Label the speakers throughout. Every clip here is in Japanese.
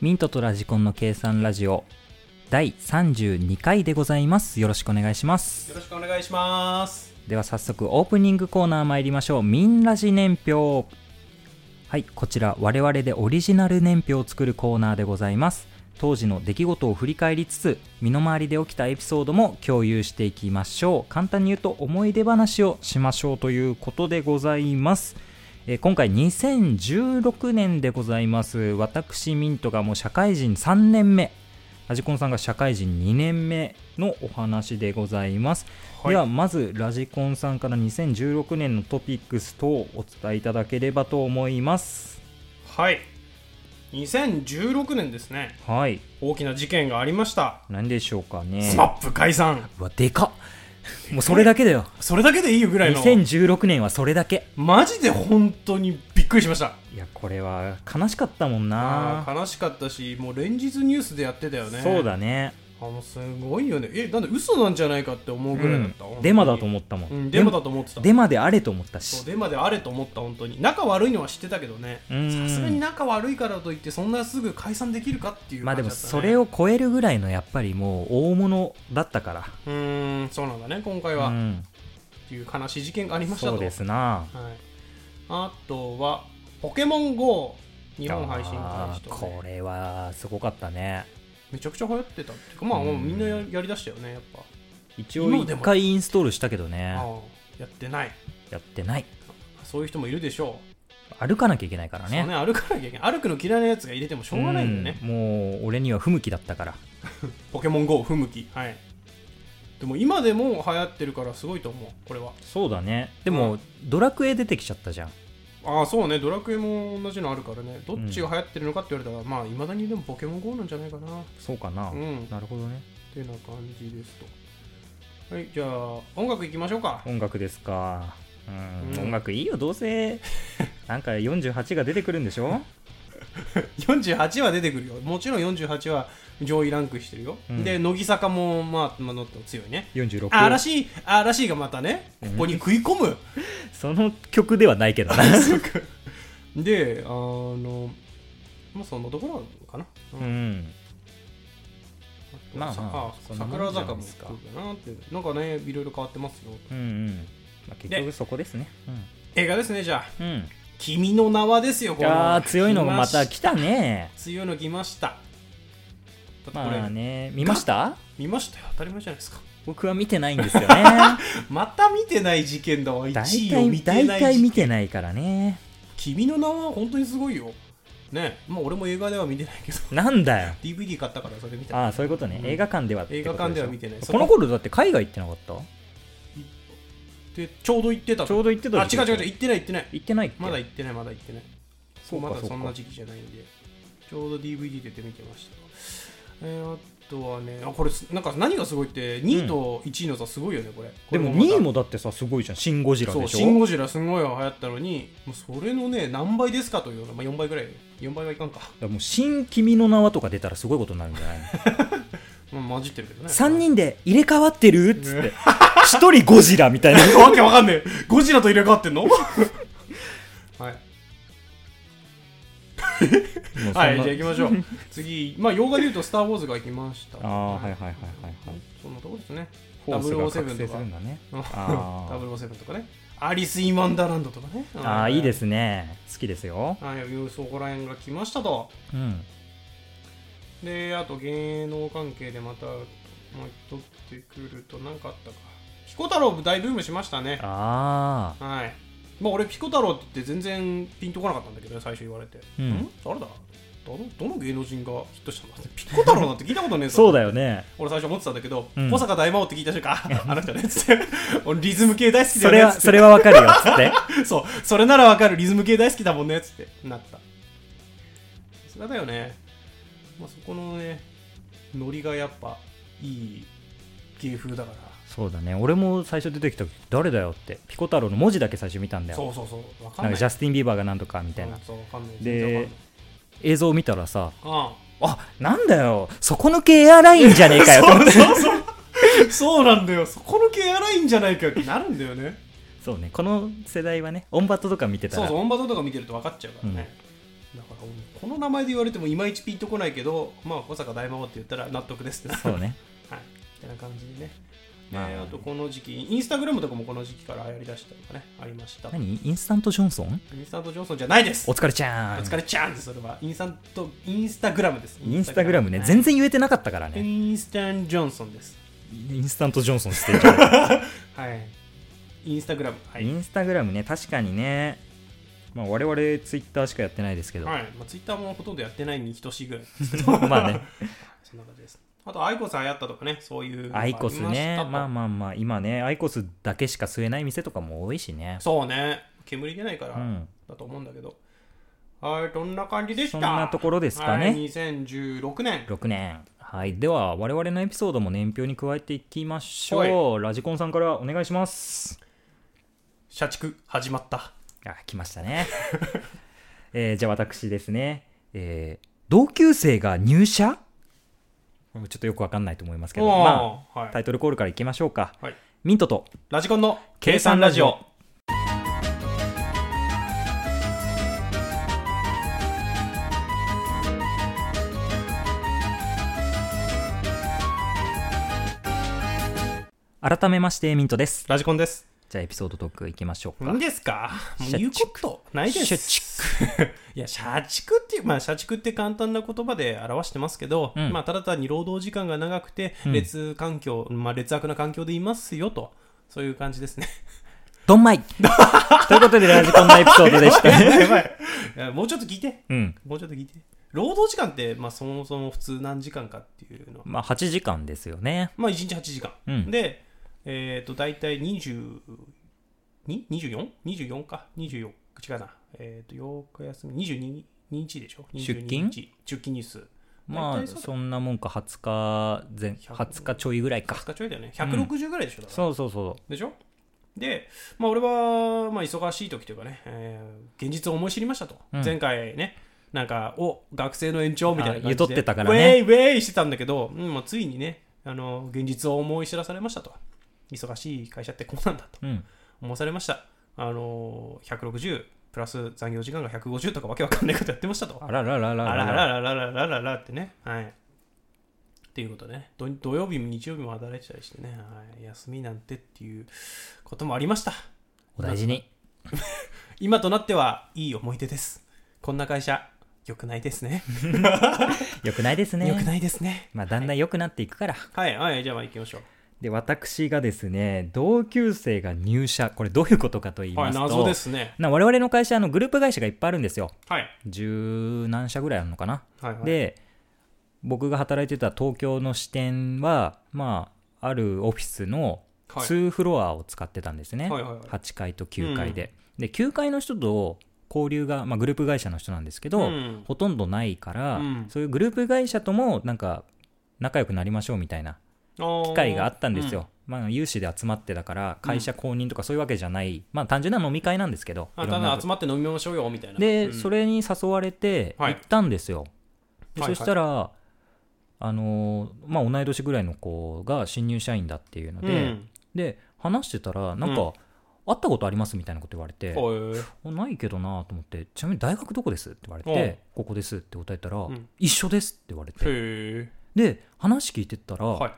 Speaker 1: ミントとラジコンの計算ラジオ第32回でございますよろしくお願いします
Speaker 2: よろしくお願いします。
Speaker 1: では早速オープニングコーナー参りましょうミンラジ年表はいこちら我々でオリジナル年表を作るコーナーでございます当時の出来事を振り返りつつ身の回りで起きたエピソードも共有していきましょう簡単に言うと思い出話をしましょうということでございますえー今回2016年でございます私ミントがもう社会人3年目ラジコンさんが社会人2年目のお話でございます、
Speaker 2: はい
Speaker 1: ではまずラジコンさんから2016年のトピックス等をお伝えいただければと思います
Speaker 2: はい。2016年ですね。
Speaker 1: はい
Speaker 2: 大きな事件がありました。
Speaker 1: 何でしょうかね
Speaker 2: スマップ解散。
Speaker 1: うわでかっもうそれだけだ よ
Speaker 2: それだけでいいよぐらいの。
Speaker 1: 2016年はそれだけ
Speaker 2: マジで本当にびっくりしました。
Speaker 1: いやこれは悲しかったもん
Speaker 2: あ
Speaker 1: な
Speaker 2: あー悲しかったし、もう連日ニュースでやってたよね。
Speaker 1: そうだ。ね
Speaker 2: あのすごいよね。え、なんで嘘なんじゃないかって思うぐらいだった。
Speaker 1: うん
Speaker 2: 本当に
Speaker 1: デマだと思ったもん、
Speaker 2: うん、デマだと思ってた。
Speaker 1: デマであれと思った
Speaker 2: そう
Speaker 1: し
Speaker 2: デマであれと思った本当に仲悪いのは知ってたけどね
Speaker 1: うん
Speaker 2: さすがに仲悪いからといってそんなすぐ解散できるかっていう
Speaker 1: まあ
Speaker 2: 感
Speaker 1: で
Speaker 2: じだ
Speaker 1: も
Speaker 2: った、ね、
Speaker 1: それを超えるぐらいのやっぱりもう大物だったか
Speaker 2: うーんそうなんだね今回
Speaker 1: ら、
Speaker 2: は、
Speaker 1: う
Speaker 2: っ
Speaker 1: ん、
Speaker 2: ていう悲しい事件がありましたと
Speaker 1: そうですな
Speaker 2: はい、あとは「ポケモン GO」日本配信開
Speaker 1: あ
Speaker 2: 始
Speaker 1: ー
Speaker 2: と、
Speaker 1: こ
Speaker 2: ね、
Speaker 1: れはすごかったね
Speaker 2: めちゃくちゃ流行ってたっていうかまあ
Speaker 1: うん
Speaker 2: もうみんなややりだしたよねやっぱ、
Speaker 1: 一応
Speaker 2: 今で
Speaker 1: 一
Speaker 2: も
Speaker 1: 回インストールしたけどね
Speaker 2: ああやってない
Speaker 1: やってない
Speaker 2: そういう人もいるでしょ
Speaker 1: 歩かなきゃいけないか
Speaker 2: う
Speaker 1: ら
Speaker 2: そうね
Speaker 1: ね
Speaker 2: 歩かなきゃいけない歩くの嫌いなやつが入れてもしょうがないんだよね、
Speaker 1: うんもう俺には不向きだったから
Speaker 2: ポケモン GO 不向きはいでも今でも流行ってるからすごいと思うこれは
Speaker 1: そうだねでも、ドラクエ出てきちゃったじゃん
Speaker 2: ああそうねドラクエも同じのあるからねどっちが流行ってるのかって言われたら、まあいまだにでもポケモン GO なんじゃないかな
Speaker 1: そうかな、
Speaker 2: うん
Speaker 1: なるほどね
Speaker 2: てな感じですとはいじゃあ音楽いきましょうか
Speaker 1: 音楽ですかうん、
Speaker 2: うん
Speaker 1: 音楽いいよどうせ なんか48が出てくるんでしょ
Speaker 2: 48は出てくるよもちろん48は上位ランクしてるよ、
Speaker 1: うん
Speaker 2: で乃木坂もまあまあの強いね
Speaker 1: 46
Speaker 2: あ嵐嵐がまたねここに食い込む、
Speaker 1: その曲ではないけどな
Speaker 2: であのまあそんなところかな、
Speaker 1: う
Speaker 2: うん
Speaker 1: んまあまあ
Speaker 2: さ
Speaker 1: そんなもんじゃ
Speaker 2: 桜坂も
Speaker 1: ないですか
Speaker 2: そうだなってなんかねいろいろ変わってますよ
Speaker 1: うんうん、まあ、結局そこですね
Speaker 2: 映画ですねじゃあ
Speaker 1: うん、うん、
Speaker 2: 「君の名は」ですよ
Speaker 1: いやー
Speaker 2: こ
Speaker 1: 強いのがまた
Speaker 2: 来ま
Speaker 1: 来
Speaker 2: し
Speaker 1: たね
Speaker 2: 強いの来ましただってこれ、
Speaker 1: まあね見ました
Speaker 2: 見ましたよ当たり前じゃないですか
Speaker 1: 僕は見てないん ですよね
Speaker 2: また見てない事件だわ1
Speaker 1: 大
Speaker 2: 位を見
Speaker 1: 体
Speaker 2: て
Speaker 1: 大
Speaker 2: ない
Speaker 1: 体
Speaker 2: 事
Speaker 1: 見
Speaker 2: 件
Speaker 1: てないからね
Speaker 2: 君の名は本当にすごいよねまあ俺も映画では見てないけど
Speaker 1: なんだよ
Speaker 2: DVD 買ったからそれ見た
Speaker 1: ああそういうことね、
Speaker 2: うん
Speaker 1: 映画館ではってことしょ
Speaker 2: 映画館では見てない
Speaker 1: この頃だって海外行ってなかった
Speaker 2: でちょうど行ってた
Speaker 1: ちょうど行ってた
Speaker 2: あ違う違う違う
Speaker 1: う
Speaker 2: 行ってない行ってない
Speaker 1: 行ってないっけ
Speaker 2: まだ行ってないまだ行ってない
Speaker 1: そうか
Speaker 2: ま
Speaker 1: そ
Speaker 2: だ
Speaker 1: うか
Speaker 2: そんな時期じゃないんでちょうど DVD 出て見てましたえー、あとはねあこれすなんか何がすごいって2位と1位の差すごいよねこれ,、こ
Speaker 1: で
Speaker 2: れ
Speaker 1: も
Speaker 2: また
Speaker 1: 2位もだってさすごいじゃん「シン・ゴジラ」
Speaker 2: そう
Speaker 1: でしょ
Speaker 2: シン・ゴジラすごい流行ったのにもうそれのね何倍ですかというような、まあ、4倍ぐらい4倍はいかんか、
Speaker 1: だからもう新君の名はとか出たらすごいことになるん じゃないの
Speaker 2: まあ、混じってるけどね
Speaker 1: 3人で入れ替わってるっつって1人ゴジラみたい な
Speaker 2: わけわかんねえゴジラと入れ替わってんの はい
Speaker 1: もうそんな
Speaker 2: はいじゃあ行きましょう次まあ洋画で言うと「スター・ウォーズ」が行きました
Speaker 1: ああはいはいはいはいはい
Speaker 2: そんなところですね
Speaker 1: フォースが覚醒
Speaker 2: 007
Speaker 1: するんだねあー
Speaker 2: 007とかねアリス・イン・ワンダーランドとかね
Speaker 1: ああいいですすね好きですよ
Speaker 2: はいそこら辺が来ましたと
Speaker 1: うん
Speaker 2: であと芸能関係でまたもう取ってくると何かあったか彦太郎大ブームしましたね
Speaker 1: ああ
Speaker 2: はいまあ俺ピコ太郎って言って全然ピンとこなかったんだけどね最初言われて、
Speaker 1: うん
Speaker 2: 誰だどのどの芸能人がヒットしたんだってピコ太郎なんて聞いたことねえぞ
Speaker 1: そうだよね
Speaker 2: 俺最初思ってたんだけど、
Speaker 1: うん
Speaker 2: 小坂大魔王って聞いた瞬間ああの人ねっつって俺リズム系大好きだ
Speaker 1: そ
Speaker 2: よね
Speaker 1: れ
Speaker 2: っ
Speaker 1: は
Speaker 2: つって
Speaker 1: それはわかるよっつって
Speaker 2: そう、それならわかる、リズム系大好きだもんね、つって、なった。さすがだよね。まあ、そこのね、ノリがやっぱ、いい芸風だか
Speaker 1: そうだね俺も最初出てきた時誰だよってピコ太郎の文字だけ最初見たんだ
Speaker 2: ら。そ
Speaker 1: よ
Speaker 2: うそうそう、わかん
Speaker 1: な
Speaker 2: な
Speaker 1: ん
Speaker 2: い。
Speaker 1: かジャスティン・ビーバーがなんとかみたいな
Speaker 2: そうそう、わかんない。
Speaker 1: で
Speaker 2: 全然わかんない
Speaker 1: 映像を見たらさ
Speaker 2: あ
Speaker 1: あなんだよ底抜けエアラインじゃねえかよと思って
Speaker 2: あそうそうそう。そうなんだよ。そこの系荒いんじゃないかよってなるんだよね。
Speaker 1: そうねこの世代はねオンバットとか見てた
Speaker 2: そう
Speaker 1: ら
Speaker 2: そう、オンバトとか見てると分かっちゃうからね。だから、かもうこの名前で言われてもいまいちピンとこないけどまあ小坂大魔王って言ったら納得ですってなる
Speaker 1: そうね
Speaker 2: はいみたいな感じでね、
Speaker 1: まあ
Speaker 2: えーあとこの時期インスタグラムとかもこの時期から流行りだしたのがねありましたイ
Speaker 1: 何インスタントジョンソン
Speaker 2: ンスタントジョンソンじゃないです
Speaker 1: お疲れちゃ
Speaker 2: お
Speaker 1: ーん
Speaker 2: 疲れちゃんですそれはインスタントインスタグラムです
Speaker 1: インスタグラムね
Speaker 2: はい
Speaker 1: 全然言えてなかったからね
Speaker 2: インスタンジョンソンです
Speaker 1: インスタントジョンソンしてるじゃん
Speaker 2: はいインスタグラムはい、
Speaker 1: インスタグラムね確かにねまあ我々ツイッターしかやってないですけど、
Speaker 2: はいまあ、ツイッターもほとんどやってないに等しいぐ らい
Speaker 1: ま あね
Speaker 2: そんな感じですあとアイコス流行ったとかねそういうのが
Speaker 1: アイコス
Speaker 2: りし
Speaker 1: ね
Speaker 2: たと
Speaker 1: まあまあまあ今ねアイコスだけしか吸えない店とかも多いしね
Speaker 2: そうね煙出ないから
Speaker 1: うん
Speaker 2: だと思うんだけど、はいどんな感じでした
Speaker 1: そんなところですかね
Speaker 2: はい、2016年
Speaker 1: 6年はいでは我々のエピソードも年表に加えていきましょうラジコンさんからお願いします
Speaker 2: 社畜始まった
Speaker 1: あ来ましたね、 えーじゃあ私ですね、えー同級生が入社これもちょっとよくわかんないと思いますけど、ま
Speaker 2: あ、は
Speaker 1: あ、
Speaker 2: い
Speaker 1: タイトルコールからいきましょうか、
Speaker 2: はい
Speaker 1: ミントと
Speaker 2: ラジコンの
Speaker 1: 計
Speaker 2: 計
Speaker 1: 算
Speaker 2: 算
Speaker 1: ラ
Speaker 2: ラ
Speaker 1: ジ
Speaker 2: ジ
Speaker 1: オ
Speaker 2: オ。
Speaker 1: 改めましてミントです
Speaker 2: ラジコンです。
Speaker 1: じゃあエピソードトークいきましょうか
Speaker 2: 何ですかもう言うことないです。
Speaker 1: 社
Speaker 2: 畜。 いや、社畜っていう、まあ、社畜って簡単な言葉で表してますけど、
Speaker 1: うん
Speaker 2: まあ、ただ単に労働時間が長くて、
Speaker 1: うん
Speaker 2: 劣環境、まあ、劣悪な環境でいますよと、そういう感じですね。
Speaker 1: ドンマ イということでラジコンのエピソードでした
Speaker 2: いやもうちょっと聞いて。
Speaker 1: うん
Speaker 2: もうちょっと聞いて。労働時間って、まあ、そもそも普通何時間かっていうのは、
Speaker 1: まあ8時間ですよね
Speaker 2: まあ、1日8時間。
Speaker 1: うん
Speaker 2: で、えっ、と、大体 22?24?24 24か。24。違うな。えっ、と、8日休み。22日でしょ。22
Speaker 1: 出勤
Speaker 2: 日出勤日数。
Speaker 1: まあ
Speaker 2: 大体そうだ
Speaker 1: そんなもんか20日前20日ちょいぐらいか
Speaker 2: 2日ちょいだよね。160ぐらいでしょ。だから
Speaker 1: そうそうそ
Speaker 2: でしょで、まあ、俺は、まあ、忙しい時というかね、えー現実を思い知りましたと。
Speaker 1: うん
Speaker 2: 前回ね。なんか、お学生の延長みたいな感
Speaker 1: あ言
Speaker 2: じで
Speaker 1: っとってたからね
Speaker 2: ウェイウェイしてたんだけど、うんまあ、ついにね、あの、現実を思い知らされましたと。忙しい会社ってこうなんだと。
Speaker 1: ううん
Speaker 2: 思わされました。あのー、160プラス残業時間が150とかわけわかんないことやってましたと。
Speaker 1: あらららら
Speaker 2: あ
Speaker 1: ら
Speaker 2: ら
Speaker 1: ら
Speaker 2: らららららららってね。はい。っていうことね土。土曜日も日曜日も働いてたりしてね、はい、休みなんてっていうこともありました。
Speaker 1: お大事に
Speaker 2: 今となってはいい思い出です。こんな会社、良くないですね。
Speaker 1: よくないです
Speaker 2: 良く
Speaker 1: ね
Speaker 2: ないですね。
Speaker 1: まあだんだん良くなっていくから
Speaker 2: はい、はい、じゃあまあ行きましょう。
Speaker 1: で私がですね同級生が入社これどういうことかと言い
Speaker 2: は
Speaker 1: ま
Speaker 2: い、
Speaker 1: すと、
Speaker 2: 謎ですね。
Speaker 1: な我々の会社あのグループ会社がいっぱいあるんですよ
Speaker 2: はい。
Speaker 1: 十何社ぐらいあるのかな、
Speaker 2: はい、はい。
Speaker 1: で僕が働いてた東京の支店はまああるオフィスの
Speaker 2: はい、
Speaker 1: 2フロアを使ってたんですね、
Speaker 2: はいはいはい
Speaker 1: 8階と9階で、で9階の人と交流が、まあ、グループ会社の人なんですけど、
Speaker 2: うん
Speaker 1: ほとんどないから、
Speaker 2: うん
Speaker 1: そういうグループ会社ともなんか仲良くなりましょうみたいな機
Speaker 2: 機
Speaker 1: 会があったんです。よ、まあ、有志で集まってだから会社公認とかそういうわけじゃない、まあ単純な飲み会なんですけど
Speaker 2: あ
Speaker 1: いろ
Speaker 2: た
Speaker 1: んな
Speaker 2: だ集まって飲みましょうよみたいな。
Speaker 1: で、
Speaker 2: うん
Speaker 1: それに誘われて
Speaker 2: は
Speaker 1: 行
Speaker 2: い
Speaker 1: ったんですよ、で
Speaker 2: はいはい
Speaker 1: そしたら、あのーまあ、同い年ぐらいの子が新入社員だっていうので、
Speaker 2: うん
Speaker 1: で話してたらなんか、
Speaker 2: うん
Speaker 1: 会ったことありますみたいなこと言われて、
Speaker 2: ほう
Speaker 1: おないけどなと思ってちなみに大学どこですって言われ
Speaker 2: おう
Speaker 1: てここですって答えたら、
Speaker 2: ん
Speaker 1: 一緒ですって言われて
Speaker 2: へえ。
Speaker 1: で話聞いてったら、
Speaker 2: はい。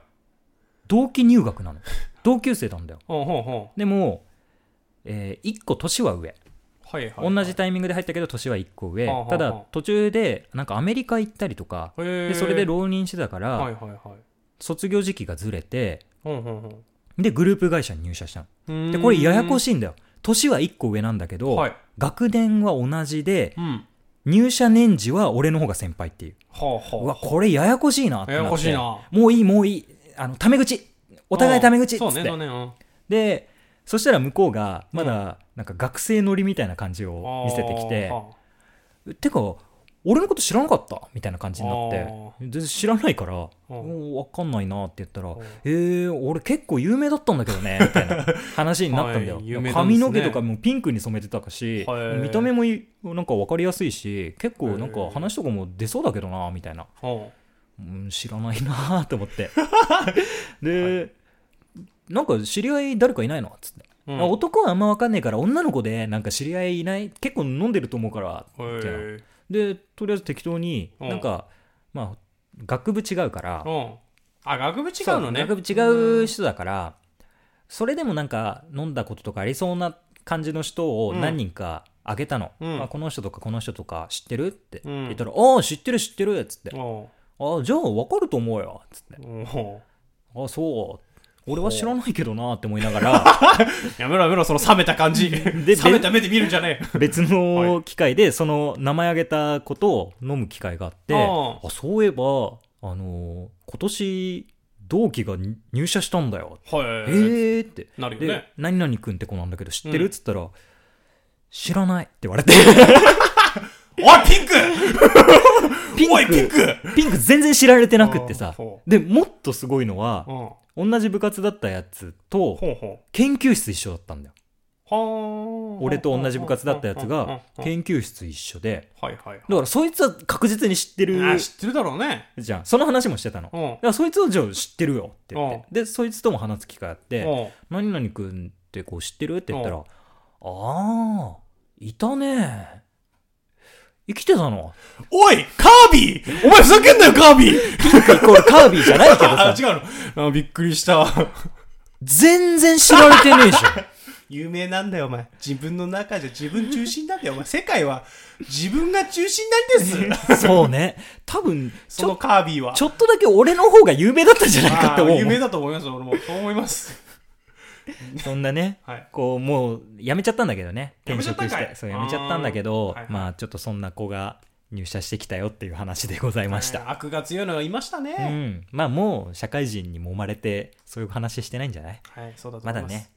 Speaker 1: 同期入学なの同級生なんだよ
Speaker 2: ほうほうほ
Speaker 1: でも、え1個年は上
Speaker 2: う。はいはい。
Speaker 1: 同じタイミングで入ったけど年は1個上、
Speaker 2: はあはあ
Speaker 1: ただ途中でなんかアメリカ行ったりとか、
Speaker 2: へ
Speaker 1: で
Speaker 2: え。
Speaker 1: それで浪人してたから、
Speaker 2: はいはいはい。
Speaker 1: 卒業時期がずれて
Speaker 2: ほうほうほ
Speaker 1: でグループ会社に入社した
Speaker 2: う。
Speaker 1: のでこれややこ
Speaker 2: し
Speaker 1: しいんだよ年は1個上なんだけど、
Speaker 2: はい。
Speaker 1: 学年は同じで
Speaker 2: うん。
Speaker 1: 入社年次は俺の方が先輩っていう
Speaker 2: ほう
Speaker 1: うわ
Speaker 2: ほ
Speaker 1: これややこしいなっ
Speaker 2: う。
Speaker 1: てなっ
Speaker 2: や
Speaker 1: て
Speaker 2: やこしいな。
Speaker 1: もういいもういいあのタメ口お互いタメ口っつ
Speaker 2: そ
Speaker 1: っ
Speaker 2: う
Speaker 1: て
Speaker 2: ね、そうね。うん
Speaker 1: でそしたら向こうがまだなんか学生乗りみたいな感じを見せてきて、
Speaker 2: あーは
Speaker 1: てか俺のこと知らなかったみたいな感じになって
Speaker 2: あー
Speaker 1: 全然知らないから
Speaker 2: あ
Speaker 1: 分かんないなって言ったら
Speaker 2: ん
Speaker 1: 「えー、俺結構有名だったんだけどね」みたいな話になったんだよ、
Speaker 2: はい有名なん
Speaker 1: 髪
Speaker 2: ですね
Speaker 1: の毛とかもピンクに染めてたし、
Speaker 2: はい
Speaker 1: 見た目もいなんか分かりやすいし結構なんか話とかも出そうだけどなみたいな、
Speaker 2: ほ
Speaker 1: うん、知らないなと思って で、なんか知り合い誰かいないのっつって。
Speaker 2: う。うん
Speaker 1: あ男はあんま分かんないから女の子でなんか知り合いいない結構飲んでると思うから
Speaker 2: へ
Speaker 1: みたいな
Speaker 2: え。
Speaker 1: でとりあえず適当に
Speaker 2: うん
Speaker 1: なんか、まあ学部違うから
Speaker 2: うん。あ、学部違うのね。
Speaker 1: そう学部違う人だからそれでもなんか飲んだこととかありそうな感じの人を
Speaker 2: うん
Speaker 1: 何人かあげたの、
Speaker 2: うん
Speaker 1: あこの人とかこの人とか知ってるって
Speaker 2: うん
Speaker 1: 言ったら「ああ知ってる知ってる」っつって
Speaker 2: うん。お
Speaker 1: 「ああじゃあ分かると思うよ」っつって
Speaker 2: うお
Speaker 1: 「
Speaker 2: う
Speaker 1: ああそう俺は知らないけどな」って思いながら
Speaker 2: やめろやめろ、その冷めた感じ。
Speaker 1: で
Speaker 2: 冷めた目で見るんじゃねえ。
Speaker 1: 別の機会でその名前あげたことを飲む機会があって
Speaker 2: あ
Speaker 1: あそういえばあのー今年同期が入社したんだよ
Speaker 2: は
Speaker 1: え
Speaker 2: い。え
Speaker 1: ーって
Speaker 2: なるよ
Speaker 1: で、
Speaker 2: ね。
Speaker 1: 何々くんって子なんだけど知ってる、
Speaker 2: うん
Speaker 1: っつったら、知らないって言われて、
Speaker 2: おい、ピンク
Speaker 1: ピン
Speaker 2: おい、ピン
Speaker 1: ク、
Speaker 2: ク
Speaker 1: ピンク全然知られてなくってさ、
Speaker 2: ほ
Speaker 1: で、もっとすごいの
Speaker 2: う
Speaker 1: は、
Speaker 2: ほ
Speaker 1: 同じ部活だったやつと、
Speaker 2: うほう。
Speaker 1: 研究室一緒だったんだよ。
Speaker 2: はあ
Speaker 1: 俺と同じ部活だったやつ
Speaker 2: うんうんうん
Speaker 1: が、
Speaker 2: うん
Speaker 1: 研究室一緒で、
Speaker 2: はいはい
Speaker 1: だからそいつは確実に知って
Speaker 2: はい。
Speaker 1: る
Speaker 2: あ、知ってるだろうね。
Speaker 1: じゃん。その話もしてたの。だ
Speaker 2: う
Speaker 1: か
Speaker 2: ん。
Speaker 1: らそいつをじゃあ知ってるよって言って、で、そいつとも話す機会あって、
Speaker 2: うん
Speaker 1: 何々くんってこう知ってるって言った
Speaker 2: う
Speaker 1: ら、ああ、いたね。生きてたの。
Speaker 2: おいカービィお前ふざけんなよ、カー ビィ
Speaker 1: ピンクイコールカービィじゃないけど
Speaker 2: あ
Speaker 1: さ、
Speaker 2: 違うの。あびっくりした。
Speaker 1: 全然知られてねえじ
Speaker 2: 有名なんだよ、お前。自分の中じゃ自分中心なんだよ、お前。世界は自分が中心なんです。
Speaker 1: ゃん。そうね。多分、ち
Speaker 2: そ
Speaker 1: ょ
Speaker 2: の、カービィは。
Speaker 1: ちょっとだけ俺の方が有名だったんじゃないか
Speaker 2: あ
Speaker 1: と
Speaker 2: ー
Speaker 1: 思
Speaker 2: 有名
Speaker 1: う。
Speaker 2: だと思います、俺も。そう思います。
Speaker 1: そんなね。
Speaker 2: はい。
Speaker 1: こう、もう、辞めちゃったんだけどね。
Speaker 2: 辞
Speaker 1: 転
Speaker 2: めちゃった
Speaker 1: 職
Speaker 2: ん
Speaker 1: し
Speaker 2: かい
Speaker 1: て。そう、辞めちゃったんだけど
Speaker 2: あーはいは、い
Speaker 1: まあ、ちょっとそんな子が入社してきたよっていう話でございました。
Speaker 2: えー悪が強いのがいました
Speaker 1: う
Speaker 2: ね。
Speaker 1: ん。まあ、もう、社会人に揉まれて、そういう話してないんじゃない
Speaker 2: はい、そうだと
Speaker 1: ま
Speaker 2: 思
Speaker 1: だ
Speaker 2: います。
Speaker 1: ね、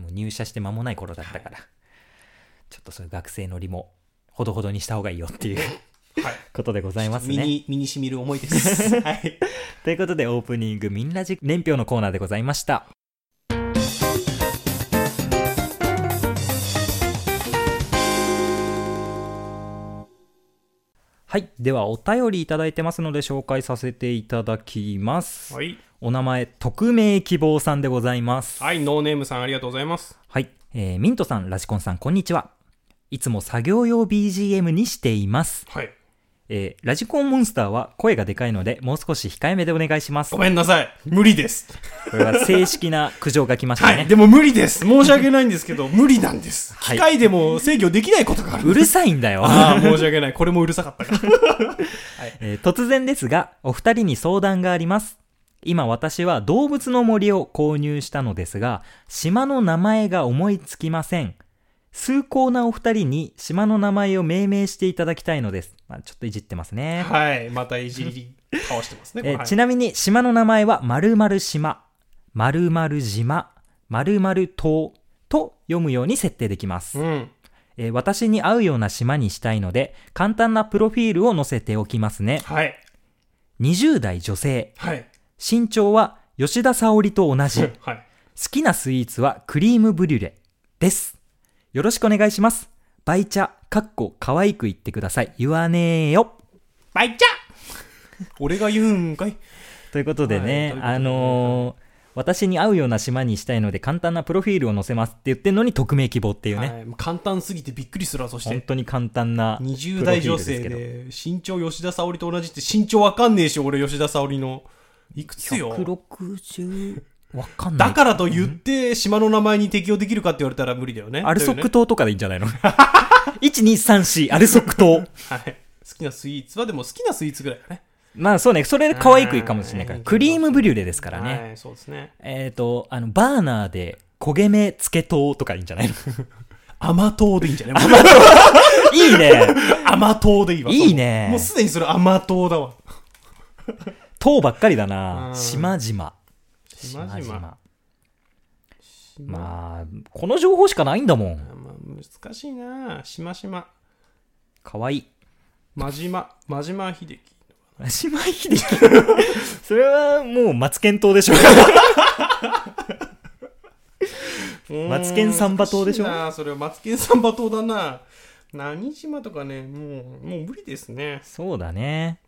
Speaker 1: もう入社して間もない頃だったから、ちょっとそういう学生乗りも、ほどほどにした方がいいよっていう
Speaker 2: はい。
Speaker 1: ことでございます
Speaker 2: 身
Speaker 1: ね。
Speaker 2: に、身に染みる思いです。はい。
Speaker 1: ということで、オープニング、みんなじ年表のコーナーでございました。はい。では、お便りいただいてますので、紹介させていただきます。
Speaker 2: はい。
Speaker 1: お名前、匿名希望さんでございます。
Speaker 2: はい、ノーネームさんありがとうございます。
Speaker 1: はい、えーミントさん、ラジコンさん、こんにちは。いつも作業用 BGM にしています。
Speaker 2: はい。
Speaker 1: えーラジコンモンスターは声がでかいので、もう少し控えめでお願いします。
Speaker 2: ごめんなさい。無理です。
Speaker 1: これは正式な苦情が来ました
Speaker 2: はい。
Speaker 1: ね。
Speaker 2: でも無理です。申し訳ないんですけど、無理なんです。
Speaker 1: はい
Speaker 2: 機械でも制御できないことがある。
Speaker 1: うるさいんだよ。
Speaker 2: ああ、申し訳ない。これもうるさかったから。
Speaker 1: えー突然ですが、お二人に相談があります。今私は動物の森を購入したのですが、島の名前が思いつきません。崇高なお二人に島の名前を命名していただきたいのです。まあ、ちょっといじってますね。
Speaker 2: はい。またいじり倒してますね。
Speaker 1: えー
Speaker 2: これ
Speaker 1: ちなみに島の名前は〇〇島、〇〇島、〇〇島と読むように設定できます、
Speaker 2: はい、うん。
Speaker 1: えー私に合うような島にしたいので、簡単なプロフィールを載せておきますね。
Speaker 2: はい。
Speaker 1: 20代女性。
Speaker 2: はい。
Speaker 1: 身長は吉田沙織と同じ。好
Speaker 2: はい。
Speaker 1: きなスイーツはクリームブリュレです。よろしくお願いします。バイチャ、かっこ可愛く言ってください。言わねえよ。
Speaker 2: バイチャ俺が言うんかい
Speaker 1: ということでね、
Speaker 2: はい
Speaker 1: あのー私に合うような島にしたいので簡単なプロフィールを載せますって言ってんのに匿名希望っていうね、
Speaker 2: はい、もう簡単すぎてびっくりするわ、そし
Speaker 1: 本
Speaker 2: て。
Speaker 1: 当に簡単な
Speaker 2: 20代女性で、身長吉田沙織と同じって身長わかんねえし、俺吉田沙織の。いくつよ
Speaker 1: 160わかんない
Speaker 2: だからと言って、島の名前に適用できるかって言われたら無理だよね。
Speaker 1: アルソッ
Speaker 2: だ
Speaker 1: ク
Speaker 2: よね
Speaker 1: 島とかでいいんじゃないの 1234アルソック島
Speaker 2: はい。好きなスイーツは、でも好きなスイーツぐらいだね。
Speaker 1: まあそうねそれで可愛くいいかもしれないから
Speaker 2: うん
Speaker 1: クリームブリュレですからね、
Speaker 2: はい、そうですね。
Speaker 1: えっ、とあのバーナーで焦げ目つけ糖とかいいんじゃ ないの
Speaker 2: 甘党でいいんじゃない
Speaker 1: いいね
Speaker 2: 甘党でいいわ。
Speaker 1: いいね
Speaker 2: もうすでにそれ甘党だわ。
Speaker 1: 糖ばっかりだな
Speaker 2: うん
Speaker 1: 島々
Speaker 2: 島々あ。
Speaker 1: まあこの情報しかないんだもん
Speaker 2: まあ、難しいなしましま。
Speaker 1: かわい い。
Speaker 2: まじま。まじま秀樹。
Speaker 1: 島秀樹 それはもうマツケン島 でしょマツケンサンバ島でしょ
Speaker 2: うーん難いなそれはマツケンサンバ島だな何島とかね、もう、もう無理ですね。
Speaker 1: そうだね。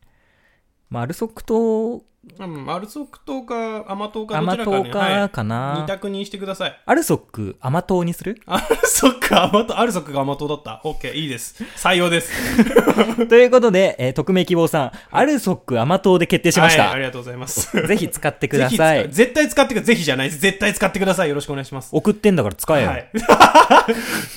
Speaker 1: まあ、アルソック島
Speaker 2: うん、アルソック党かアマ党か
Speaker 1: ア
Speaker 2: ど
Speaker 1: マ
Speaker 2: ちらか
Speaker 1: 党
Speaker 2: ね、
Speaker 1: か
Speaker 2: は
Speaker 1: か
Speaker 2: い、
Speaker 1: な
Speaker 2: 二、択にしてください。
Speaker 1: アルソック、アマ党にする
Speaker 2: アルソック、アマ党、アルソックがアマ党だった。オッケー、いいです。採用です。
Speaker 1: ということで、えー匿名希望さん、アルソック、アマ党で決定しまし
Speaker 2: はい、あ
Speaker 1: た。
Speaker 2: りがとうございます。
Speaker 1: ぜひ使ってくださ
Speaker 2: ぜひ
Speaker 1: い
Speaker 2: 使。絶対使ってください。ぜひじゃないです。絶対使ってください。よろしくお願いします。
Speaker 1: 送ってんだから使えよ。
Speaker 2: はい。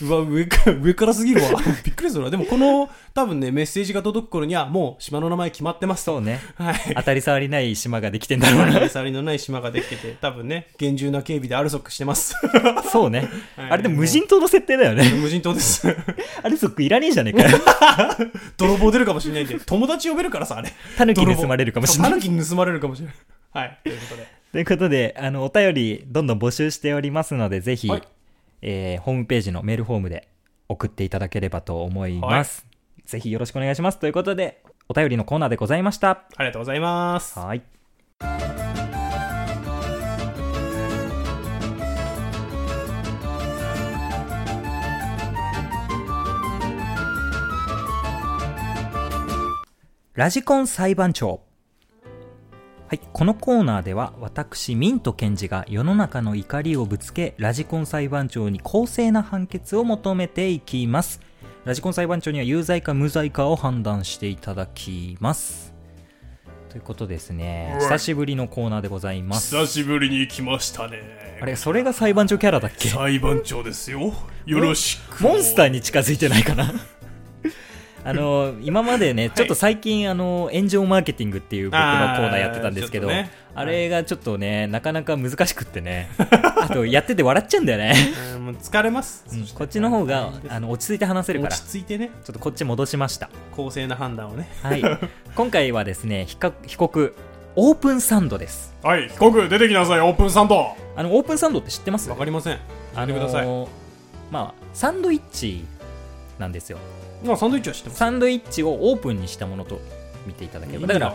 Speaker 2: うわ、上か、上からすぎるわ。 びっくりするな。でもこの、多分ね、メッセージが届く頃には、もう島の名前決まってます
Speaker 1: そう
Speaker 2: と。
Speaker 1: ね。
Speaker 2: はい。
Speaker 1: 当たり障りない島ができてんだろう
Speaker 2: サリのない島ができて て、多分ね、厳重な警備でアルソックしてます。
Speaker 1: な。そうね。
Speaker 2: はい
Speaker 1: あれでも無人島の設定だよね。
Speaker 2: 無人島です。
Speaker 1: アルソックいらねえじゃねえかよ。
Speaker 2: 泥棒出るかもしれないんで、友達呼べるから さ、あれ。
Speaker 1: タヌキ盗まれるかもしれない。
Speaker 2: タヌキ盗まれるかもしれない。はい。ということで。
Speaker 1: ということで、あの、お便り、どんどん募集しておりますので、ぜひ、
Speaker 2: はい
Speaker 1: えーホームページのメールフォームで送っていただければと思います。ぜひよろしくお願いします。ということで、お便りのコーナーでございました。
Speaker 2: ありがとうございます。
Speaker 1: はい。ラジコン裁判長。はい、このコーナーでは私ミント検事が世の中の怒りをぶつけラジコン裁判長に公正な判決を求めていきますラジコン裁判長には有罪か無罪かを判断していただきますということですね
Speaker 2: うわ
Speaker 1: 久しぶりのコーナーでございます
Speaker 2: 久しぶりに来ましたね。
Speaker 1: あれそれが裁判長キャラだっけ
Speaker 2: 裁判長ですよ。よろしく。
Speaker 1: モンスターに近づいてないか なあの今までね、ちょっと最近あの炎上マーケティングっていう僕のコ
Speaker 2: あー
Speaker 1: ーナーやってたんですけどあ,、
Speaker 2: ちょっとね
Speaker 1: れがちょっとねなかなか難しくって ねあとやってて笑っちゃうんだよね、
Speaker 2: うんもう疲れます、
Speaker 1: うんこっちの方があの落ち着いて話せるから
Speaker 2: 落
Speaker 1: ちょ
Speaker 2: ち着いてね
Speaker 1: っとこっち戻しました、
Speaker 2: 公正な判断をね
Speaker 1: はい、今回はですね被告被告オープンサンドです
Speaker 2: はい被告出てきなさいオープンサンドわ
Speaker 1: あのオープンサンドって知ってます
Speaker 2: かりません聞
Speaker 1: あ
Speaker 2: いてください、
Speaker 1: のーまあサンドイッチなんですよ
Speaker 2: まあサンドイッチは知ってます
Speaker 1: サンドイッチをオープンにしたものと見ていただければだから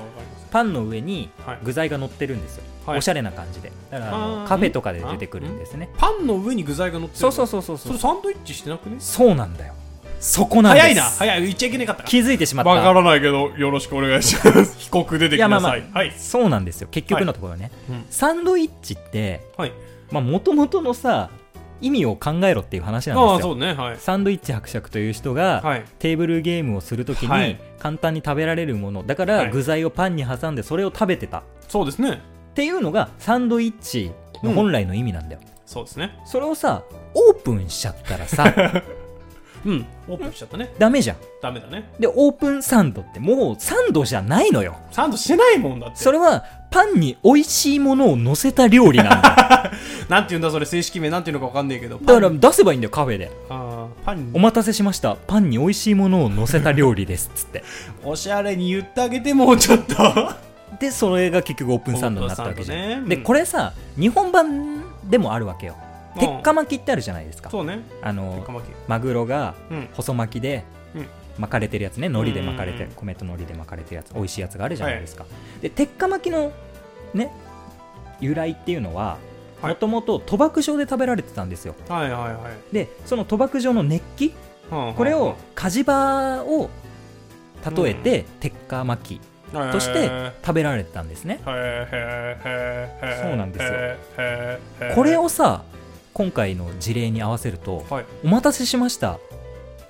Speaker 1: パンの上に
Speaker 2: はい
Speaker 1: 具材が乗ってるんですよ、
Speaker 2: はい
Speaker 1: おしゃれな感じでだからあの
Speaker 2: あー
Speaker 1: カフェとかで出てくるんですね
Speaker 2: パンの上に具材が乗ってる
Speaker 1: そうそう
Speaker 2: う
Speaker 1: そうそうそ
Speaker 2: れ
Speaker 1: う
Speaker 2: サンドイッチしてなくね
Speaker 1: そうなんだよそこなんです
Speaker 2: 早いな早い言っちゃいけなかったか
Speaker 1: 気づいてしまっ
Speaker 3: わか
Speaker 1: た
Speaker 3: らないけど、よろしくお願いします。被告出て
Speaker 1: い
Speaker 3: きなさ
Speaker 1: や
Speaker 3: い。
Speaker 1: まあまあ、
Speaker 3: はい。
Speaker 1: そうなんですよ結局のところね、
Speaker 2: はいうん
Speaker 1: サンドイッチって
Speaker 2: はい
Speaker 1: もともとのさ意味を考えろっていう話なん
Speaker 2: あ
Speaker 1: で
Speaker 2: あ
Speaker 1: す
Speaker 2: そ
Speaker 1: よ
Speaker 2: うねはい
Speaker 1: サンドイッチ伯爵という人が、
Speaker 2: はい
Speaker 1: テーブルゲームをするとき
Speaker 2: は
Speaker 1: に
Speaker 2: い
Speaker 1: 簡単に食べられるものだか
Speaker 2: は
Speaker 1: ら
Speaker 2: い
Speaker 1: 具材をパンに挟んでそれを食べてた
Speaker 2: そうですね
Speaker 1: っていうのがサンドイッチの本来の意味なんだよ、
Speaker 2: そうですね
Speaker 1: それをさオープンしちゃったら さ
Speaker 2: うんオープンしちゃったね
Speaker 1: ダメじゃん
Speaker 2: ダメだね
Speaker 1: でオープンサンドってもうサンドじゃないのよ
Speaker 2: サンドしてないもんだって
Speaker 1: それはパンに美味しいものを乗せた料理 なんだよ
Speaker 2: なんて言うんだそれ正式名なんて言うのかわかんないけど
Speaker 1: だか
Speaker 2: パ
Speaker 1: ら
Speaker 2: ン
Speaker 1: 出せばいいんだよカフェで
Speaker 2: あーパン
Speaker 1: お待たせしましたパンに美味しいものを乗せた料理ですっつって
Speaker 2: おしゃれに言ってあげてもうちょ っと
Speaker 1: でそれが結局オープンサンドになったわけじゃん、
Speaker 2: オープンサンドね
Speaker 1: で
Speaker 2: うん
Speaker 1: これさ日本版でもあるわけよ
Speaker 2: うん
Speaker 1: 鉄火巻きってあるじゃないですか
Speaker 2: そうね
Speaker 1: あ
Speaker 2: 鉄
Speaker 1: の
Speaker 2: 火巻き
Speaker 1: マグロが
Speaker 2: うん
Speaker 1: 細巻きで
Speaker 2: うん
Speaker 1: 巻かれてるやつね海苔で巻かれて
Speaker 2: うん
Speaker 1: 米と海苔で巻かれてるやつ美味しいやつがあるじゃないですか、で鉄火巻きのね由来っていうのは
Speaker 2: はい
Speaker 1: もともと賭博場で食べられてたんですよ
Speaker 2: はいはいはい
Speaker 1: でその賭博場の熱気こ
Speaker 2: こ
Speaker 1: れを火事場を例えて鉄火巻きとして食べられてたんですねそうなんですよ
Speaker 3: よ
Speaker 1: これをさ今回の事例に合わせると
Speaker 2: はい
Speaker 1: 「お待たせしました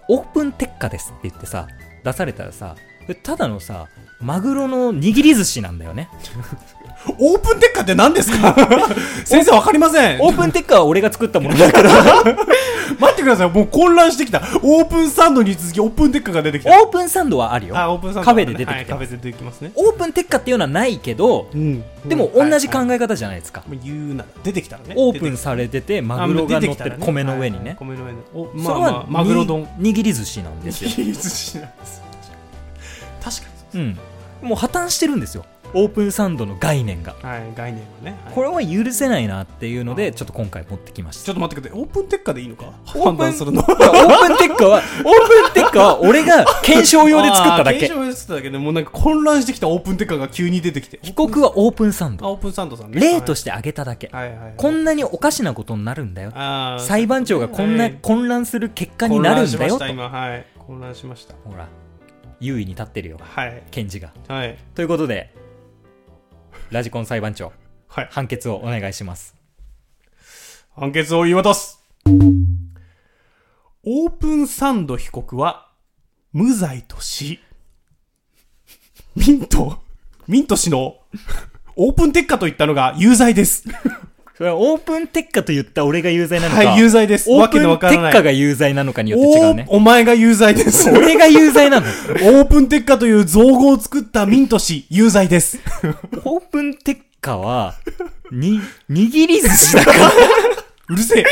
Speaker 1: オープン鉄火です」って言ってさ出されたらさただのさマグロの握り寿司なんだ よね
Speaker 2: オープンテッカーって何です か先生わかりません
Speaker 1: オープンテッカーは俺が作ったものだ から
Speaker 2: 待ってくださいもう混乱してきたオープンサンドに続きオープンテッカーが出てきた
Speaker 1: オープンサンドはあるよ
Speaker 2: あオープンサンド
Speaker 1: カフェで出てきて
Speaker 2: はいカ
Speaker 1: ま
Speaker 2: フェ
Speaker 1: す
Speaker 2: で出てきますね
Speaker 1: オープンテッカっていうのはないけど
Speaker 2: うん
Speaker 1: でも同じ考え方じゃないですか
Speaker 2: もう言うなら出てきたらね
Speaker 1: オープン
Speaker 2: 出てき
Speaker 1: されてて
Speaker 2: た
Speaker 1: マグロが乗って
Speaker 2: あ出
Speaker 1: る
Speaker 2: きたらね
Speaker 1: 米の上にね
Speaker 2: はいはい米の上にお
Speaker 1: そ
Speaker 2: まあ
Speaker 1: れ
Speaker 2: ま
Speaker 1: は
Speaker 2: あマグロ丼
Speaker 1: に握り寿司なん ですよ
Speaker 2: いい寿司なんです確か
Speaker 1: うんもう破綻してるんですよオープンサンドの概念が
Speaker 2: にはい概念はねはい
Speaker 1: これは許せないなっていうの
Speaker 2: う
Speaker 1: で
Speaker 2: ん
Speaker 1: ちょっと今回持ってきました
Speaker 2: ちょっと待ってくださいオープンテッカーでいいのか
Speaker 1: ン
Speaker 2: 判断するの
Speaker 1: いやオープンテッカは、オープンテッカは俺が検証用で作っただ
Speaker 2: あー検
Speaker 1: け。
Speaker 2: 証用で作っただけでもうなんか混乱してきたオープンテッカーが急に出てきて
Speaker 1: 被告はオープンサン
Speaker 2: あ
Speaker 1: ド。
Speaker 2: オープンサンドさんね
Speaker 1: 例としてあげただけ。
Speaker 2: はいはいはい
Speaker 1: こんなにおかしなことになるんだよ。
Speaker 2: あー
Speaker 1: 裁判長がこんな
Speaker 2: はい
Speaker 1: 混乱する結果になるんだよ
Speaker 2: 混乱しまし
Speaker 1: と
Speaker 2: た。今はい混乱しました
Speaker 1: ほら、優位に立ってるよ、
Speaker 2: はい
Speaker 1: 検事が。
Speaker 2: はい
Speaker 1: ということで、ラジコン裁判長、
Speaker 2: はい
Speaker 1: 判決をお願いします。
Speaker 2: 判決を言い渡すオープンサンド被告は無罪とし、ミント、ミント氏のオープンテッカと言ったのが有罪です。
Speaker 1: それはオープンテッカと言った俺が有罪なのか、
Speaker 2: はい、有罪です。
Speaker 1: オー
Speaker 2: わ
Speaker 1: プ
Speaker 2: け
Speaker 1: ンテ
Speaker 2: のわからな
Speaker 1: ッカ
Speaker 2: い。
Speaker 1: が有罪なのかによって違
Speaker 2: お
Speaker 1: うね。
Speaker 2: お前が有罪です。オ
Speaker 1: 俺が有罪なの
Speaker 2: ープンテッカという造語を作ったミント氏、有罪です。
Speaker 1: オープンテッカは、に、握り寿司だから。
Speaker 2: うるせえ。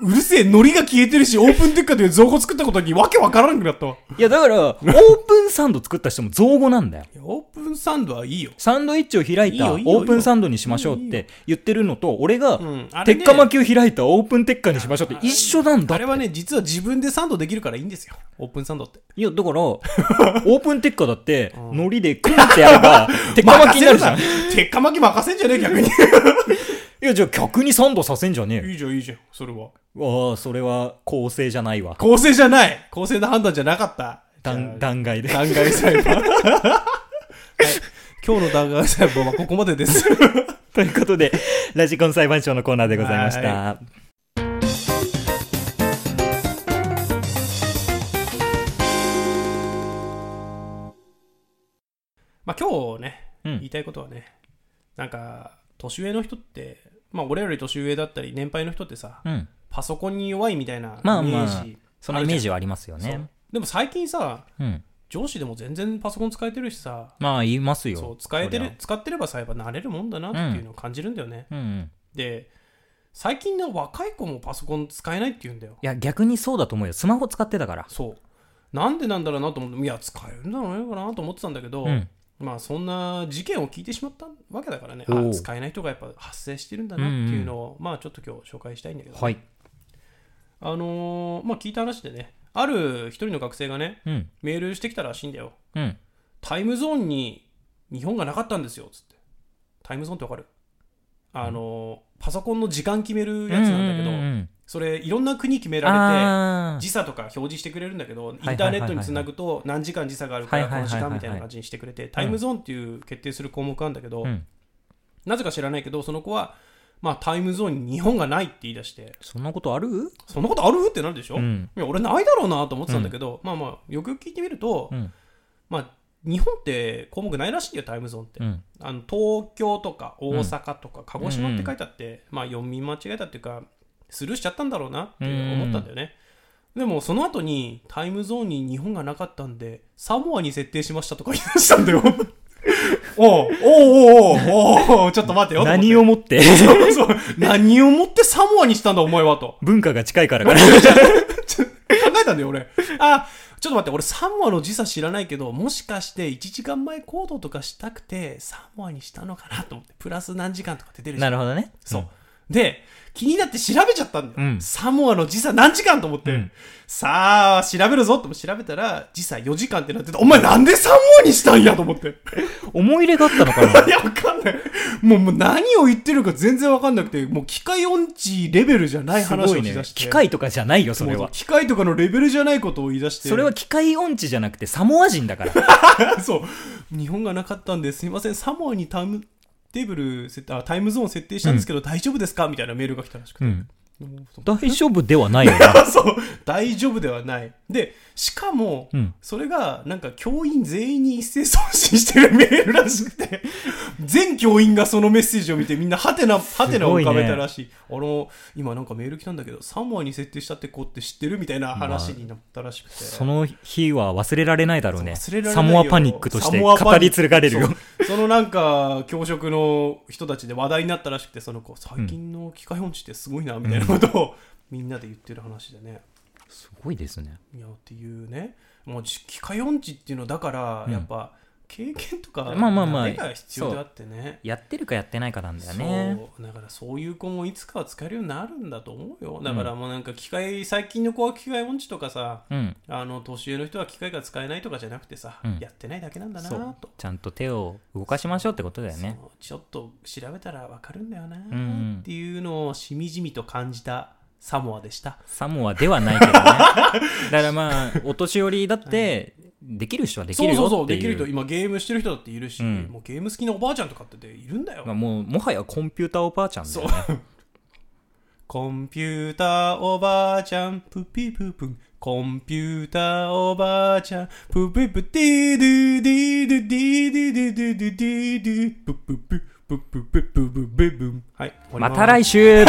Speaker 2: うるせえ、ノリが消えてるし、オープンテッカという造語を作ったことにわけわからなくなったわ。
Speaker 1: いや、だから、オープンサンド作った人も造語なんだよ。
Speaker 2: オープンサンドはいいよ。
Speaker 1: サンドイッチを開いた
Speaker 2: いいよ
Speaker 1: オ
Speaker 2: いいよ
Speaker 1: ープンサンドにしましょうって言ってるのと、俺が
Speaker 2: んあ、れね
Speaker 1: 鉄火巻きを開いたオープンテッカにしましょうって一緒なんだ
Speaker 2: あ。れはね、実は自分でサンドできるからいいんですよ。オープンサンドって。
Speaker 1: いや、だ から、オープンテッカだって、海苔でクンってやれば、 鉄火巻きになるじゃん。い
Speaker 2: 任せな鉄火巻き任せんじゃねえ、逆に。
Speaker 1: や、じゃあ逆にサンドさせんじゃねえよ。
Speaker 2: いいじゃん、いいじゃん、それは。
Speaker 1: ああ、それは公正じゃないわ。
Speaker 2: 公正じゃない。公正な判断じゃなかった。
Speaker 1: 断断崖 で。
Speaker 2: 弾劾裁 判。はい今日の弾劾裁判はここまでです。
Speaker 1: ということで、ラジコン裁判所のコーナーでございました
Speaker 2: は。まあ今日ね、
Speaker 1: うん
Speaker 2: 言いたいことはね、なんか、年上の人って、まあ俺より年上だったり、年配の人ってさ、
Speaker 1: うん。
Speaker 2: パソコンに弱いみたいなイメ
Speaker 1: まあまあ
Speaker 2: ージ。
Speaker 1: そのイメージはありますよ
Speaker 2: そう
Speaker 1: ね。
Speaker 2: でも最近さ、
Speaker 1: うん。
Speaker 2: 上司でも全然パソコン使えてるしさ、
Speaker 1: まあ、言いますよ。
Speaker 2: そう使えて
Speaker 1: そ
Speaker 2: る
Speaker 1: りゃ
Speaker 2: 使ってればさやっぱ慣れるもんだなっていうのを感じるんだよね、
Speaker 1: うんうん。
Speaker 2: で最近の若い子もパソコン使えないって言うんだよ
Speaker 1: いや、逆にそうだと思うよ。スマホ使ってたから。
Speaker 2: そうなんでなんだろうなと思っていや使えるんだろうねかなと思ってたんだけど、
Speaker 1: うん。
Speaker 2: まあそんな事件を聞いてしまったわけだからね
Speaker 1: おう
Speaker 2: あ使えない人がやっぱ発生してるんだなっていうのを、まあちょっと今日紹介したいんだけど、
Speaker 1: はい。
Speaker 2: あのーまあ聞いた話でねある一人の学生がね
Speaker 1: うん。
Speaker 2: メールしてきたらしいんだよ
Speaker 1: うん。
Speaker 2: タイムゾーンに日本がなかったんですよつってタイムゾーンってわかるあのパソコンの時間決めるやつなんだけど、
Speaker 1: ううん
Speaker 2: それいろんな国決められて
Speaker 1: あー
Speaker 2: 時差とか表示してくれるんだけどイン
Speaker 1: はいはい
Speaker 2: ターネットにつなぐと何時間時差があるから
Speaker 1: はい
Speaker 2: こ
Speaker 1: はいは
Speaker 2: の
Speaker 1: い
Speaker 2: 時
Speaker 1: はい
Speaker 2: 間みたいな感じにしてくれてタイムゾーンっていう決定する項目あるんだけど、
Speaker 1: うん
Speaker 2: なぜか知らないけどその子は、まあ、タイムゾーンに日本がないって言い出して
Speaker 1: そんなことある
Speaker 2: そんなことあるってなるでしょ、
Speaker 1: う
Speaker 2: い
Speaker 1: ん。
Speaker 2: や俺ないだろうなと思ってたんだけど、まあまあよくよく聞いてみると、
Speaker 1: うん
Speaker 2: まあ日本って項目ないらしいんだよタイムゾーンって
Speaker 1: う、ん。
Speaker 2: あの東京とか大阪とか鹿児島って書いてあって、まあ、読み間違えたっていうかスルーしちゃったんだろうなって思ったんだよね、でもその後にタイムゾーンに日本がなかったんでサモアに設定しましたとか言い出したんだよおうおうおうおうおうちょっと待てよと思って
Speaker 1: 何をもって、
Speaker 2: そうそう何をもってサモアにしたんだお前はと
Speaker 1: 文化が近いから かな。
Speaker 2: 考えたんだよ俺あちょっと待って俺サモアの時差知らないけどもしかして1時間前行動とかしたくてサモアにしたのかなと思ってプラス何時間とかって出るし
Speaker 1: なるほどね。
Speaker 2: そう。で、気になって調べちゃったんだよ。
Speaker 1: うん
Speaker 2: サモアの時差何時間と思って、
Speaker 1: ん
Speaker 2: さあ、調べるぞって調べたら、時差4時間ってなってた。お前なんでサモアにしたんやと思って。
Speaker 1: 思い入れがあったのかな
Speaker 2: いや、わかんない。もう、もう何を言ってるか全然わかんなくて、もう機械音痴レベルじゃない
Speaker 1: す
Speaker 2: 話
Speaker 1: ご
Speaker 2: を
Speaker 1: い
Speaker 2: 言い
Speaker 1: ね
Speaker 2: 出。して。
Speaker 1: 機械とかじゃないよ、そ
Speaker 2: も
Speaker 1: れ
Speaker 2: う
Speaker 1: は。
Speaker 2: 機械とかのレベルじゃないことを言い出して。
Speaker 1: それは機械音痴じゃなくてサモア人だから。
Speaker 2: そう日本がなかったんですいませんサモアにタイムテーブル設あタイムゾーン設定したんですけど、大丈夫ですかみたいなメールが来たらしくて、
Speaker 1: うん
Speaker 2: もう そう
Speaker 1: 大丈夫ではないよな。
Speaker 2: そう大丈夫ではないでしかも、
Speaker 1: うん
Speaker 2: それがなんか教員全員に一斉送信してるメールらしく て全教員がそのメッセージを見てみんなハテナハテナを浮かべたらしいあの今なんかメール来たんだけどサモアに設定したって子って知ってるみたいな話になったらしくて、
Speaker 1: その日は忘れられないだろうね。
Speaker 2: 忘れられ
Speaker 1: サ
Speaker 2: ないよ
Speaker 1: モアパニックとして
Speaker 2: サモアパニック
Speaker 1: 語り継がれるよ。
Speaker 2: そうそのなんか教職の人たちで話題になったらしくてその子最近の機械音痴ってすごいなみたいなことをみんなで言ってる話でね
Speaker 1: すごいですね。
Speaker 2: いやっていうねもうじ機械音痴っていうのだから
Speaker 1: うん
Speaker 2: やっぱ経験とか
Speaker 1: まあまあまあ
Speaker 2: 慣れが必要であってね
Speaker 1: やってるかやってないかなんだよね。
Speaker 2: そうだからそういう子もいつかは使えるようになるんだと思うよだからもうなんか機械最近の子は機械音痴とかさ
Speaker 1: うん。
Speaker 2: あの年上の人は機械が使えないとかじゃなくてさ、
Speaker 1: うん
Speaker 2: やってないだけなんだな
Speaker 1: そ
Speaker 2: と
Speaker 1: う。ちゃんと手を動かしましょうってことだよね。
Speaker 2: そうちょっと調べたらわかるんだよな
Speaker 1: うんうん
Speaker 2: っていうのをしみじみと感じたサモアでした
Speaker 1: サモアではないけどね。だからまあ、お年寄りだって、できる人はでき
Speaker 2: そ
Speaker 1: る
Speaker 2: う
Speaker 1: よ
Speaker 2: そうそ
Speaker 1: っ
Speaker 2: う
Speaker 1: て
Speaker 2: でき
Speaker 1: い
Speaker 2: る
Speaker 1: う
Speaker 2: 人今ゲームしてる人だっているし、
Speaker 1: うん
Speaker 2: もうゲーム好きなおばあちゃんとかっているんだよ、
Speaker 1: もうもはやコンピューターおばあちゃんだよね
Speaker 2: コンピューターおばあちゃんプピププンコンピューターおばあちゃんプピプディドゥディドゥディドゥディドゥディドゥププププププププププンはい終わり
Speaker 1: ま
Speaker 2: す
Speaker 1: た来週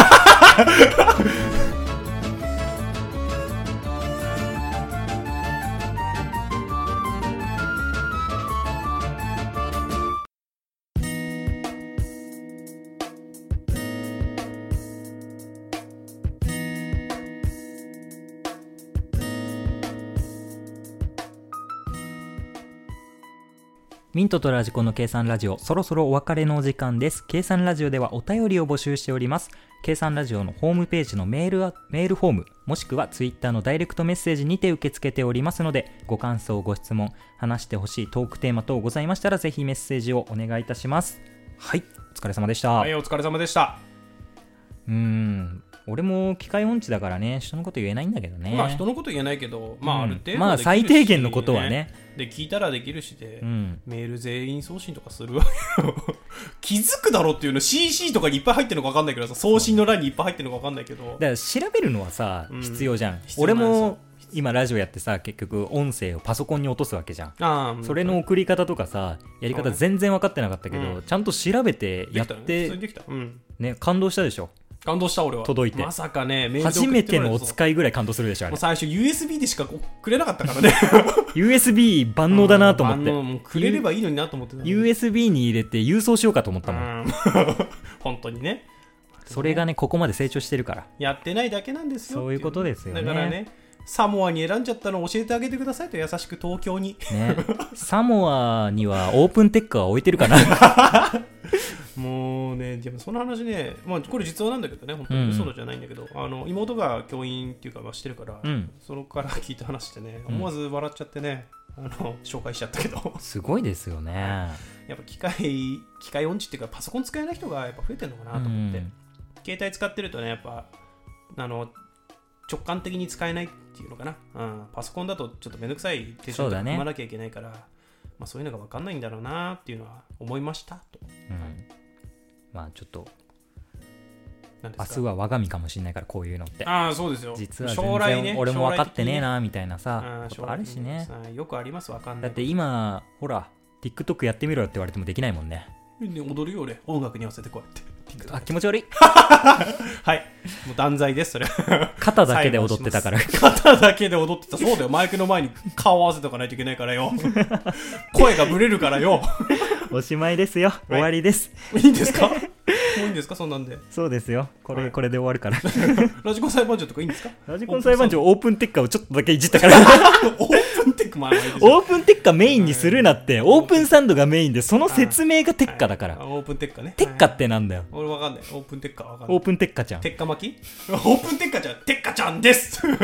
Speaker 1: ミントとラジコの計算ラジオ、そろそろお別れのお時間です。計算ラジオではお便りを募集しております。計算ラジオのホームページのメールは、メールフォーム、もしくはツイッターのダイレクトメッセージにて受け付けておりますので、ご感想、ご質問、話してほしいトークテーマ等ございましたら、ぜひメッセージをお願いいたします。はい、お疲れ様でした。
Speaker 2: はいお疲れ様でした
Speaker 1: うーん、俺も機械音痴だからね、人のこと言えないんだけどね。
Speaker 2: まあ人のこと言えないけどまあある程度
Speaker 1: うんまあ
Speaker 2: できるし
Speaker 1: 最低限のことはね。
Speaker 2: で聞いたらできるしで、
Speaker 1: うん。
Speaker 2: メール全員送信とかするわけよ 気づくだろっていうの CC とかにいっぱい入ってるのか分かんないけどさ送信の欄にいっぱい入ってるのか分かんないけど
Speaker 1: だから調べるのはさ、
Speaker 2: うん
Speaker 1: 必要じゃん
Speaker 2: 必要
Speaker 1: 俺
Speaker 2: なんですよ
Speaker 1: も今ラジオやってさ結局音声をパソコンに落とすわけじゃん、
Speaker 2: ああ
Speaker 1: それの送り方とかさやり
Speaker 2: そう
Speaker 1: 方
Speaker 2: ね
Speaker 1: 全然分かってなかったけど、
Speaker 2: うん
Speaker 1: ちゃんと調べて
Speaker 2: で
Speaker 1: や
Speaker 2: き
Speaker 1: った
Speaker 2: ね普
Speaker 1: て
Speaker 2: 通にできた、うん、
Speaker 1: ね感動したでしょ
Speaker 2: 感動した俺は
Speaker 1: 届いて
Speaker 2: まさかねメールで
Speaker 1: 初
Speaker 2: 送
Speaker 1: め
Speaker 2: ってもらえ
Speaker 1: の
Speaker 2: る
Speaker 1: お
Speaker 2: と
Speaker 1: 使いぐらい感動するでしょあ
Speaker 2: も
Speaker 1: れ
Speaker 2: う最初 USB でしかくれなかっ たからね
Speaker 1: USB 万能だなと思 って、
Speaker 2: あのもうくれればいいのになと思ってた
Speaker 1: USB に入れて郵送しようかと思った
Speaker 2: う
Speaker 1: もん、
Speaker 2: ん 本当にね
Speaker 1: それがねここまで成長してるから
Speaker 2: やってないだけなんですよ
Speaker 1: そういうことですよね
Speaker 2: だからねサモアに選んじゃったのを教えてあげてくださいと優しく東京に
Speaker 1: ね サモアにはオープンテックは置いてるかな
Speaker 2: もうねでもその話ね、まあ、これ実話なんだけどね本当
Speaker 1: うん
Speaker 2: に嘘じゃないんだけど、あの妹が教員っていうか、まあ、してるから、
Speaker 1: うん
Speaker 2: そのから聞いた話でね
Speaker 1: うん
Speaker 2: 思わず笑っちゃってね、あの紹介しちゃったけど
Speaker 1: すごいですよね
Speaker 2: やっぱ機械機械音痴っていうかパソコン使えない人がやっぱ増えてるのかなと思って、
Speaker 1: うん
Speaker 2: 携帯使ってるとねやっぱあの直感的に使えないっていうのかな、うん、パソコンだとちょっとめんどくさい手
Speaker 1: そう
Speaker 2: 順と
Speaker 1: だ
Speaker 2: か
Speaker 1: ね
Speaker 2: 組まなきゃいけないから、まあ、そういうのが分かんないんだろうなっていうのは思いましたと
Speaker 1: うんまあちょっと
Speaker 2: なんで
Speaker 1: 明
Speaker 2: す
Speaker 1: 日
Speaker 2: か
Speaker 1: は我が身かもしれないからこういうのって
Speaker 2: ああそうですよ
Speaker 1: 実は
Speaker 2: 将
Speaker 1: 全
Speaker 2: 来
Speaker 1: 然
Speaker 2: ね
Speaker 1: 俺も分かってねえ
Speaker 2: 将来
Speaker 1: なみたいな
Speaker 2: 的に
Speaker 1: さ
Speaker 2: ねうん
Speaker 1: ことあるしね
Speaker 2: 将来的にねよくありますわかんな
Speaker 1: だ
Speaker 2: い
Speaker 1: って今ほら TikTok やってみろよって言われてもできないもんね
Speaker 2: ね踊るよ俺音楽に合わせてこうやって
Speaker 1: あ気持ち悪い
Speaker 2: はいもう断罪ですそれ
Speaker 1: 肩だけで踊ってたから
Speaker 2: 肩だけで踊ってたそう だよマイクの前に顔合わせとかないといけないからよ 声がブレるからよ
Speaker 1: おしまいですよ終わりです
Speaker 2: いいんですかもういいんですかそんなんで
Speaker 1: そうですよこ
Speaker 2: は
Speaker 1: れ
Speaker 2: い
Speaker 1: これで終わるから
Speaker 2: ラジコン裁判長とかいいんですか
Speaker 1: ラジコン裁判長オープンテッカーをちょっとだけいじった から
Speaker 2: オープンテック前 はいいですよ
Speaker 1: オープンテッカーメインにするなってオープンサンドがメインでその説明がテッカだか
Speaker 2: あ
Speaker 1: ら
Speaker 2: オープンテックね
Speaker 1: テッカ
Speaker 2: はい
Speaker 1: ってなんだよ
Speaker 2: 俺わかんないオープンテックわかんな
Speaker 1: オー
Speaker 2: い
Speaker 1: プンテッカちゃん
Speaker 2: テッカ巻きオープンテッカじゃんテッカちゃんですはい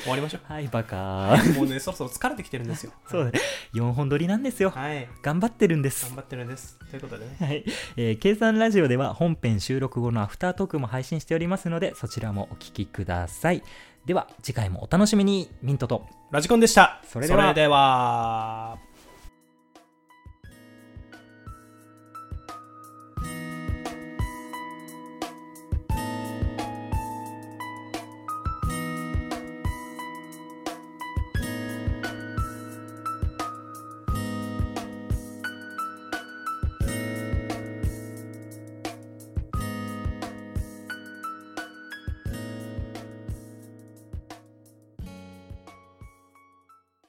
Speaker 2: 終わりましょ
Speaker 1: はいバカー
Speaker 2: うもうねそろそろ疲れてきてるんです よ
Speaker 1: そうだね4本撮りなんですよ
Speaker 2: はい
Speaker 1: 頑張ってるんです
Speaker 2: 頑張ってるんですということでね
Speaker 1: はい、えー、計算ラジオでは本編収録後のアフタートークも配信しておりますのでそちらもお聞きくださいでは次回もお楽しみにミントと
Speaker 2: ラジコンでした
Speaker 1: それでは
Speaker 2: それでは